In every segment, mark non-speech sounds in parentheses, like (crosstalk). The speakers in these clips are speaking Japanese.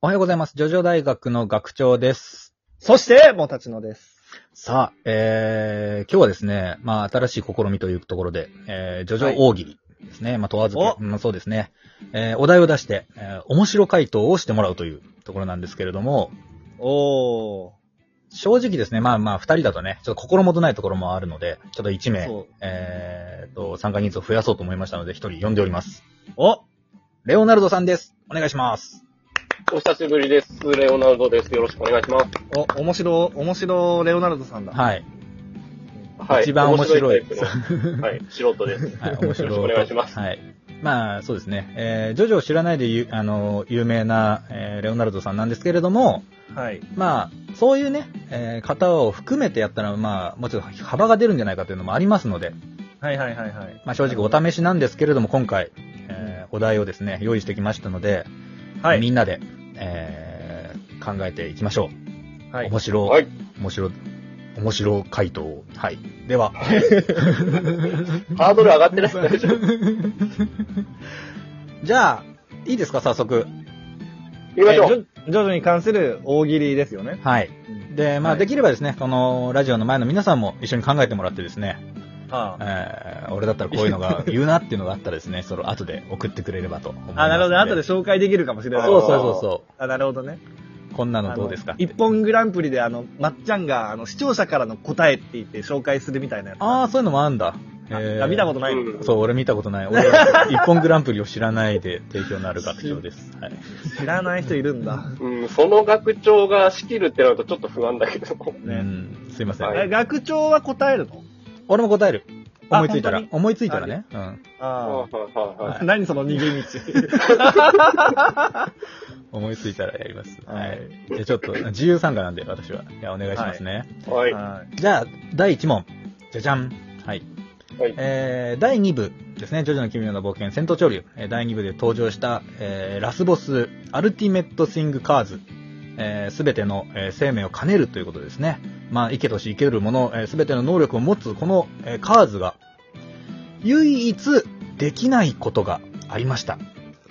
おはようございます。ジョジョ大学の学長です。そして、もたちのです。さあ、えー、今日はですね、まあ、新しい試みというところで、えー、ジョジョ大喜利ですね。まあ、問わずとお、うんそうですね。えー、お題を出して、えー、面白回答をしてもらうというところなんですけれども、おー。正直ですね、まあまあ、二人だとね、ちょっと心もとないところもあるので、ちょっと一名、そう。えーと、参加人数を増やそうと思いましたので、一人呼んでおります。おレオナルドさんです。お願いします。お久しぶりです。レオナルドです。よろしくお願いします。お、面白、面白レオナルドさんだ。はい。はい。一番面白い面白タイプのはい。素 (laughs) 人です。はい、面白い。よろしくお願いしますはい。まあ、そうですね。えー、ジョジョを知らないでゆ、あの、有名な、えーレオナルドさんなんですけれども、はい。まあ、そういうね、えー方を含めてやったら、まあ、もうちょっと幅が出るんじゃないかというのもありますので、はいはいはいはい。まあ、正直お試しなんですけれども、今回、えーお題をですね、用意してきましたので、はみい。んなで、えー考えていきましょう。はい面。白、はい。面白、面白回答を。はい。では、ハードル上がってない大丈夫。じゃあ、いいですか、早速。行きましょえージョう。ジョジョに関する大喜利ですよね。はい。で、まあ、はいできればですね、このラジオの前の皆さんも一緒に考えてもらってですね、ああ。えー、俺だったらこういうの (laughs) が言うなっていうのがあったらですね、その後で送ってくれればと思います。あ、なるほど。後でそ紹介できるかもしれうない。そうそうそあ、なるほどね。う。こんなあのどうですか一本グランプリで、あの、まっちゃんが、あの、視聴者からの答えって言って紹介するみたいなやつ。ああ、そういうのもあるんだ。あ、あ見たことないの。うんそう、俺見たことない。俺は一本グランプリを知らないで提供のある学長です。はい。知らない人いるんだ。うん、その学長が仕切るってなるとちょっと不安だけど。うね。ん、すいません。はいえ学長は答えるの俺も答える。あ思いついたら本。思いついたらね。うん。あはいはいはいあ。何その逃げ道。思いついたらやります。ははいい。じゃあちょっと、自由参加なんで、私は。いや、お願いしますね。 (laughs) はい。はい。はい。じゃあ、第1問。じゃじゃん。はい。はい。えー、第2部ですね。ジョジョの奇妙な冒険、戦闘潮流。えー第2部で登場した、えー、ラスボス、アルティメット・シング・カーズ。えー、すべての、えー生命を兼ねるということですね。まあ、生けとし生けるもの、す、え、べ、全ての能力を持つ、この、えーカーズが、唯一できないことがありました。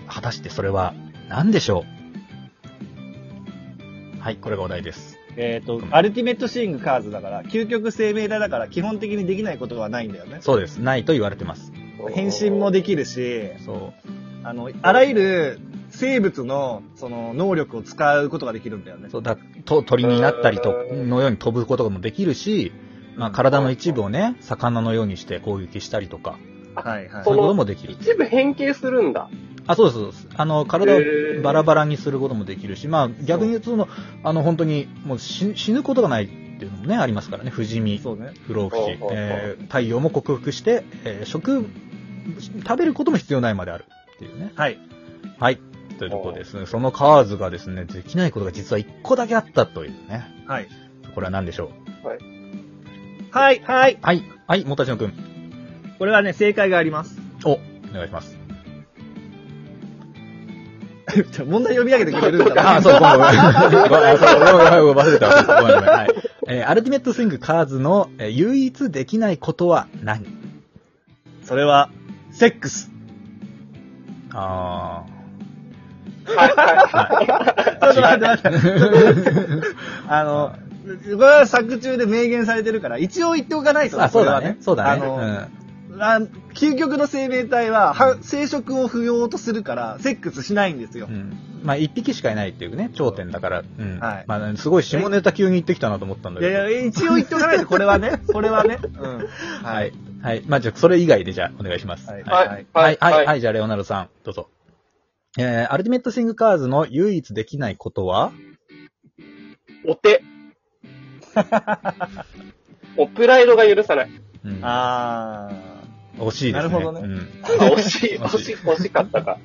果たしてそれは何でしょうはい、これがお題です。えっ、と、アルティメットシーイングカーズだから、究極生命体だから基本的にできないことはないんだよね。そうです。ないと言われてます。変身もできるし、そう。あの、あらゆる生物の、その、能力を使うことができるんだよね。そうだと鳥になったりとうんのように飛ぶこともできるし、まあ、体の一部をね魚のようにして攻撃したりとかはいはいそういうこともできる一部変形するんだ。あそうですそうですあの体をへーバラバラにすることもできるし、まあ、逆に言うとそのあの本当にもう死死ぬことがないっていうのもねありますからね不死身そうね。不老不死ほうほうほう、えー太陽も克服して、えー食食べることも必要ないまであるっていうねはい。はいというところですそのカーズがですねできないことが実は1個だけあったというねはい。これは何でしょうはい、はい。はい、はい、もたちのくん。これはね、正解があります。お、お願いします。ちょ問題読み上げてくれるんだな。あ、そう、ごめんごめ (laughs) ん。ごめん、そうごめんごめんごめん忘れてた。ごめん、ごめん。はい。えーアルティメットスイングカーズの、えー唯一できないことは何それは、セックス。あちょっと待って待って。あの、これは作中で明言されてるから、一応言っておかないとあ、そうだね。そうだね。これはあの、うあ究極の生命体はは生殖を不要とするからセックスしないんですよん。う。ん。まあ、一匹しかいないっていうね、頂点だから。うん。はいまあ、すごい下ネタ急に言ってきたなと思ったんだいけど。やいや、一応言っておかないと、これは (laughs) ね。これはね。うん。は。。はいはい。まあ、じゃあ、それ以外で、じゃあ、お願いします。はいはい。はい、はい、はい、じゃあ、レオナルドさん、どうぞ。えー、アルティメットスイングカーズの唯一できないことは (laughs) お手。おプライドが許さない。うんあ惜しいですね。なるほどうねんあ惜しい、 (laughs) 惜惜ししい、惜しかった (laughs) か。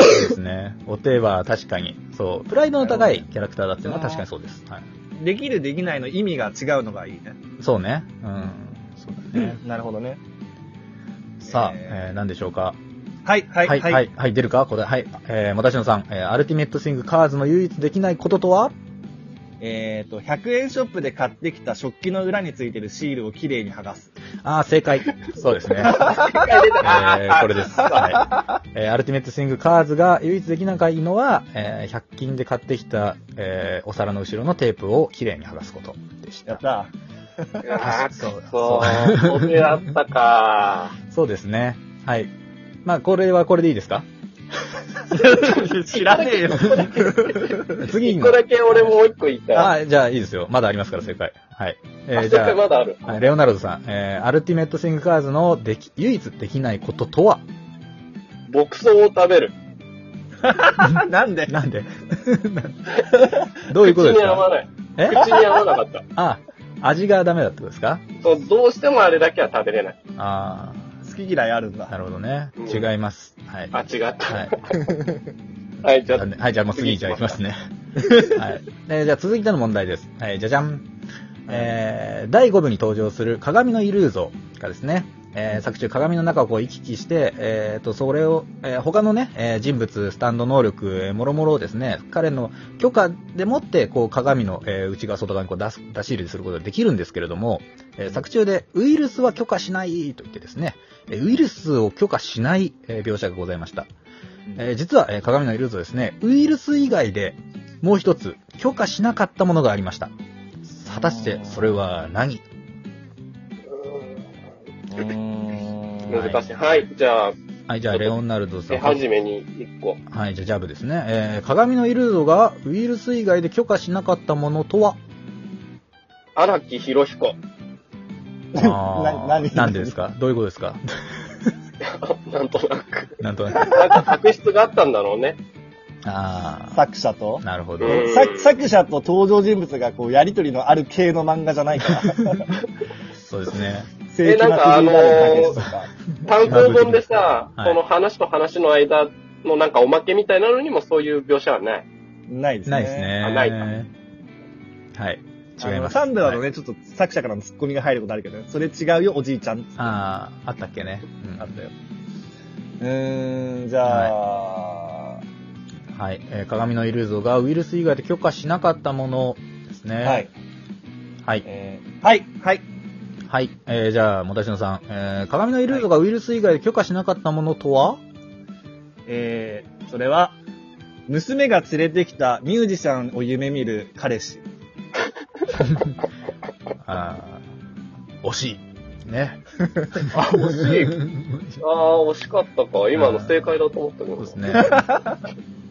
そうですね。お手は確かに、そう、プライドの高いキャラクターだっていうのは確かにそうです。はい、ー。できるできないの意味が違うのがいいね。そうね。うん。そうだね。なるほどね。さあ、ええー、何でしょうか。はい、はい、はい、はい。はい、はい、出るか答え。はい。えー、もたしのさん、えー、アルティメットスイングカーズの唯一できないこととはえっ、と、100円ショップで買ってきた食器の裏についてるシールをきれいに剥がす。ああ、正解。そうですね。えーこれです。はい。えーアルティメットスイングカーズが唯一できなかいのは、えー100均で買ってきた、えーお皿の後ろのテープをきれいに剥がすことでしやたっ。たああ、そうそう。それあったか。そうですね。はい。まあ、これはこれでいいですかー。 (laughs) 知らねえよ。次一の個。だけ俺もう一個言いたい。あ、じゃあいいですよ。まだありますから、正解。はい。えーあ、じじゃゃあまだある。はい、レオナルドさん、えーアルティメットスイングカーズのでき、唯一できないこととは牧草を食べる。なんでなんで (laughs) どういうことです口に合わかない。え口に合わなかった。あ、味がダメだってことですかそう、どうしてもあれだけは食べれない。あ好き嫌いあるんあ、なだ。るほどねう。ん違います。はい。あ、違った。はい。はい、じゃあ残念はい、じゃあもう次じゃあ行きますね。はい。えーじゃあ続いての問題です。はい、じゃじゃん。えー、第5部に登場する鏡のイルーゾがですね、えー作中鏡の中をこう行き来して、えーと、それを、えー他のね、えー人物、スタンド能力、えー、もろもろをですね、彼の許可でもって、こう鏡の、えー内側外側にこう出す、出し入れすることができるんですけれども、えー作中でウイルスは許可しないと言ってですね、えーウイルスを許可しない、えー描写がございました。えー実は、えー鏡のイルーズはですね、ウイルス以外でもう一つ許可しなかったものがありました。果たしてそれは何難しい。はい、じゃあ、はい、じゃあ、レオナルドさ手ん。始めに一個。はい、じゃあ、ジャブですね。えー鏡のイルーゾがウイルス以外で許可しなかったものとは荒木博彦。 (laughs) あー (laughs) な何なんでですかどういうことですか (laughs) なんとなく。なんとなく。なんか確執があったんだろ (laughs) うね。あ作者とあ、なるほど。うんさ作者と登場人物がこうやりとりのある系の漫画じゃない (laughs) から。そうですね。正規なんかあのーとか。単行本でさ、はいその話と話の間のなんかおまけみたいなのにもそういう描写はない。ないですね。ないですね。あないかはい。違いあの、ます。サンドラのはいね、ちょっと作者からのツッコミが入ることあるけどね、それ違うよ、おじいちゃん。ああ、あったっけね。うんあったよ。うーん、じゃあ、はい、えー鏡のイルーゾがウイルス以外で許可しなかったものですね。はい。。はい。えーはい、はい。はい。えーじゃあ、もたしのさん。えー鏡のイルーゾがウイルス以外で許可しなかったものとは、えー、それは、娘が連れてきたミュージシャンを夢見る彼氏。あー惜しい。ね。あ、惜しい。ああ、惜しかったか。今の正解だと思ったけど。そうですね。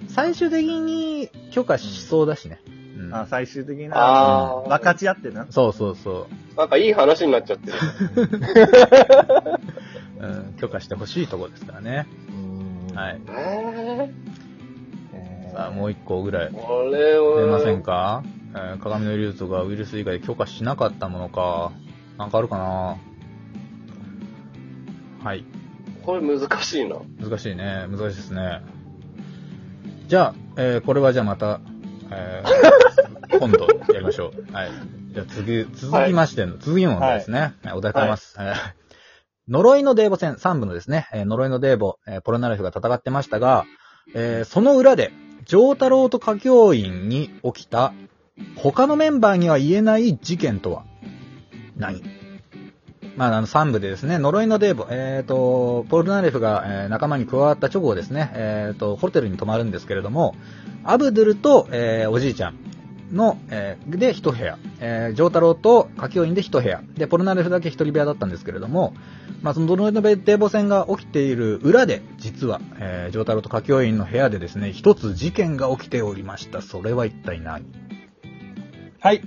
最終的に許可しそうだしね。うんあ最終的な、ああ、分かち合ってな。そうそうそなんかいい話になっちゃってる。う、うん。許可してほしいとこですからね。はい。えー、えーさあ、もう一個ぐらい。これは。出ませんか、えー鏡のイルーゾがウイルス以外で許可しなかったものか。なんかあるかなはい。これ難しいな。難しいね。難しいですね。じゃあ、えーこれはじゃあまた、えー今度やりましょう。はい。じゃあ次、続きましての、続きの問題ですね。はい、お題変えます。えー呪いのデーボ戦3部のですね、えー呪いのデーボ、えーポロナレフが戦ってましたが、えーその裏で、上太郎と歌教員に起きた、他のメンバーには言えない事件とは何まあ、あの、3部でですね、呪いのデーボ、えっ、と、ポルナレフが、えー仲間に加わった直後ですね、えっ、と、ホテルに泊まるんですけれども、アブドゥルと、えーおじいちゃんの、えーで一部屋、えー、ジョータロウと歌教員で一部屋、で、ポルナレフだけ一人部屋だったんですけれども、まあ、その呪いのデーボ戦が起きている裏で、実は、えー、ジョータロウと歌教員の部屋でですね、一つ事件が起きておりました。それは一体何はい。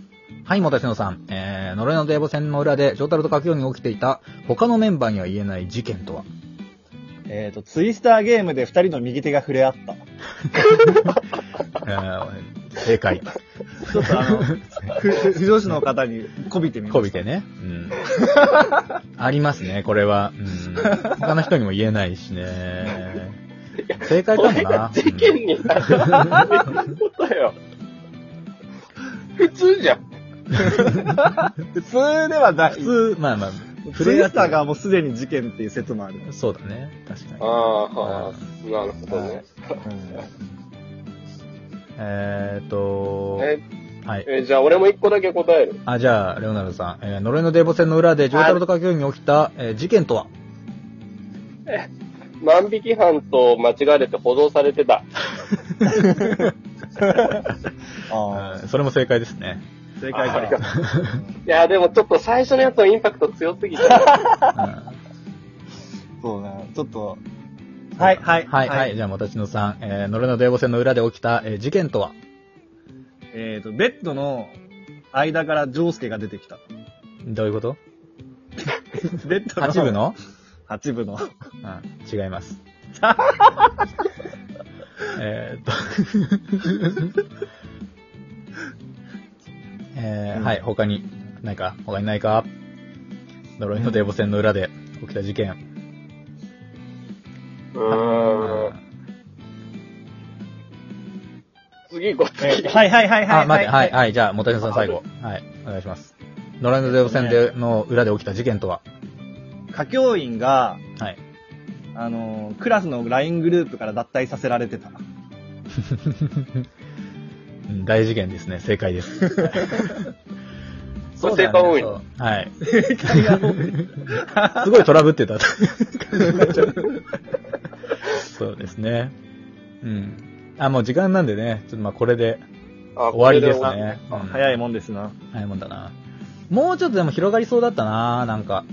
はい、もたしのさん。えー、呪いのデーボ戦の裏で、ジョータルと書くように起きていた、他のメンバーには言えない事件とはえっ、と、ツイスターゲームで二人の右手が触れ合った。えー、正解。ちょっ (laughs) とあの、ふふ不条士の方に媚びてみました。こびてね。うん。 (laughs) ありますね、これは。うん。他の人にも言えないしね。正解こかもれがな。事件になることよ。普通じゃん。普通ではない。うん普通、まあまあ、ツイスターが。がもうすでに事件っていう説もある。そうだね、確かにあ。あ、はあ、なるほどはいね。えーっと、え、はい。えーじゃあ俺も一個だけ答える。あ、じゃあ、レオナルドさん、えー呪いのデーボ戦の裏で、ジョータロと掛けに起きた、えー事件とは万引き犯と間違われて補導されてあた。うんそれも正解ですね。ー正解ありがか。とういや、でもちょっと最初のやつのインパクト強すぎた。はそうね。ちょっと。はい、はい、い、はい。。じゃあ、もたちのさん、えー、呪いのデーボ戦の裏で起きた、えー事件とはえっと、ベッドの間からジョウスケが出てきた。どういうことベッドの。八部の ?8 部の。うん、違います。 (laughs) えーっと (laughs) えーはい、他に、ないか他にないか呪いのデーボ戦の裏で起きた事件。ううーんん。次、ご次。はいはいはいはい。あ、待って、はい、。はい、じゃあ、もたちのさん最後。はい、お願いします。呪いのデーボ戦での裏で起きた事件とは歌教員が、はい。あのー、クラスの LINE グループから脱退させられてた。うん大事件ですね。正解です。これ正解多いの。はい。 (laughs) すごいトラブってた。 (laughs) そうですね。うん。あ、もう時間なんでね、ちょっとまあこれであ終わりですこれね。うん早いもんですな。早いもんだな。もうちょっとでも広がりそうだったな、なんか。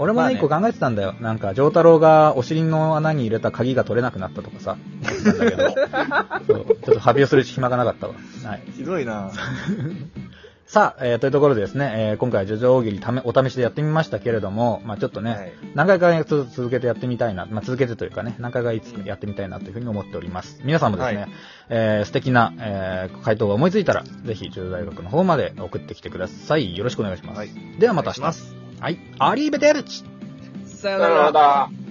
俺もまあね、一ね個考えてたんだよ。なんか、丈太郎がお尻の穴に入れた鍵が取れなくなったとかさ。なんだけ (laughs) どそうちょっと発表する暇がなかったわ。はい。ひどいな。さあ、えーというところでですね、えー今回、ジョジョ大喜利ためお試しでやってみましたけれども、まあちょっとね、はい何回かちょっと続けてやってみたいな、まあ続けてというかね、何回かいつかやってみたいなというふうに思っております。皆さんもですね、はいえー素敵な、えー回答が思いついたら、ぜひ、ジョジョ大学の方まで送ってきてください。よろしくお願いします。はいではまた明お願い日。しはい、アリーベテルチます。ささよなら。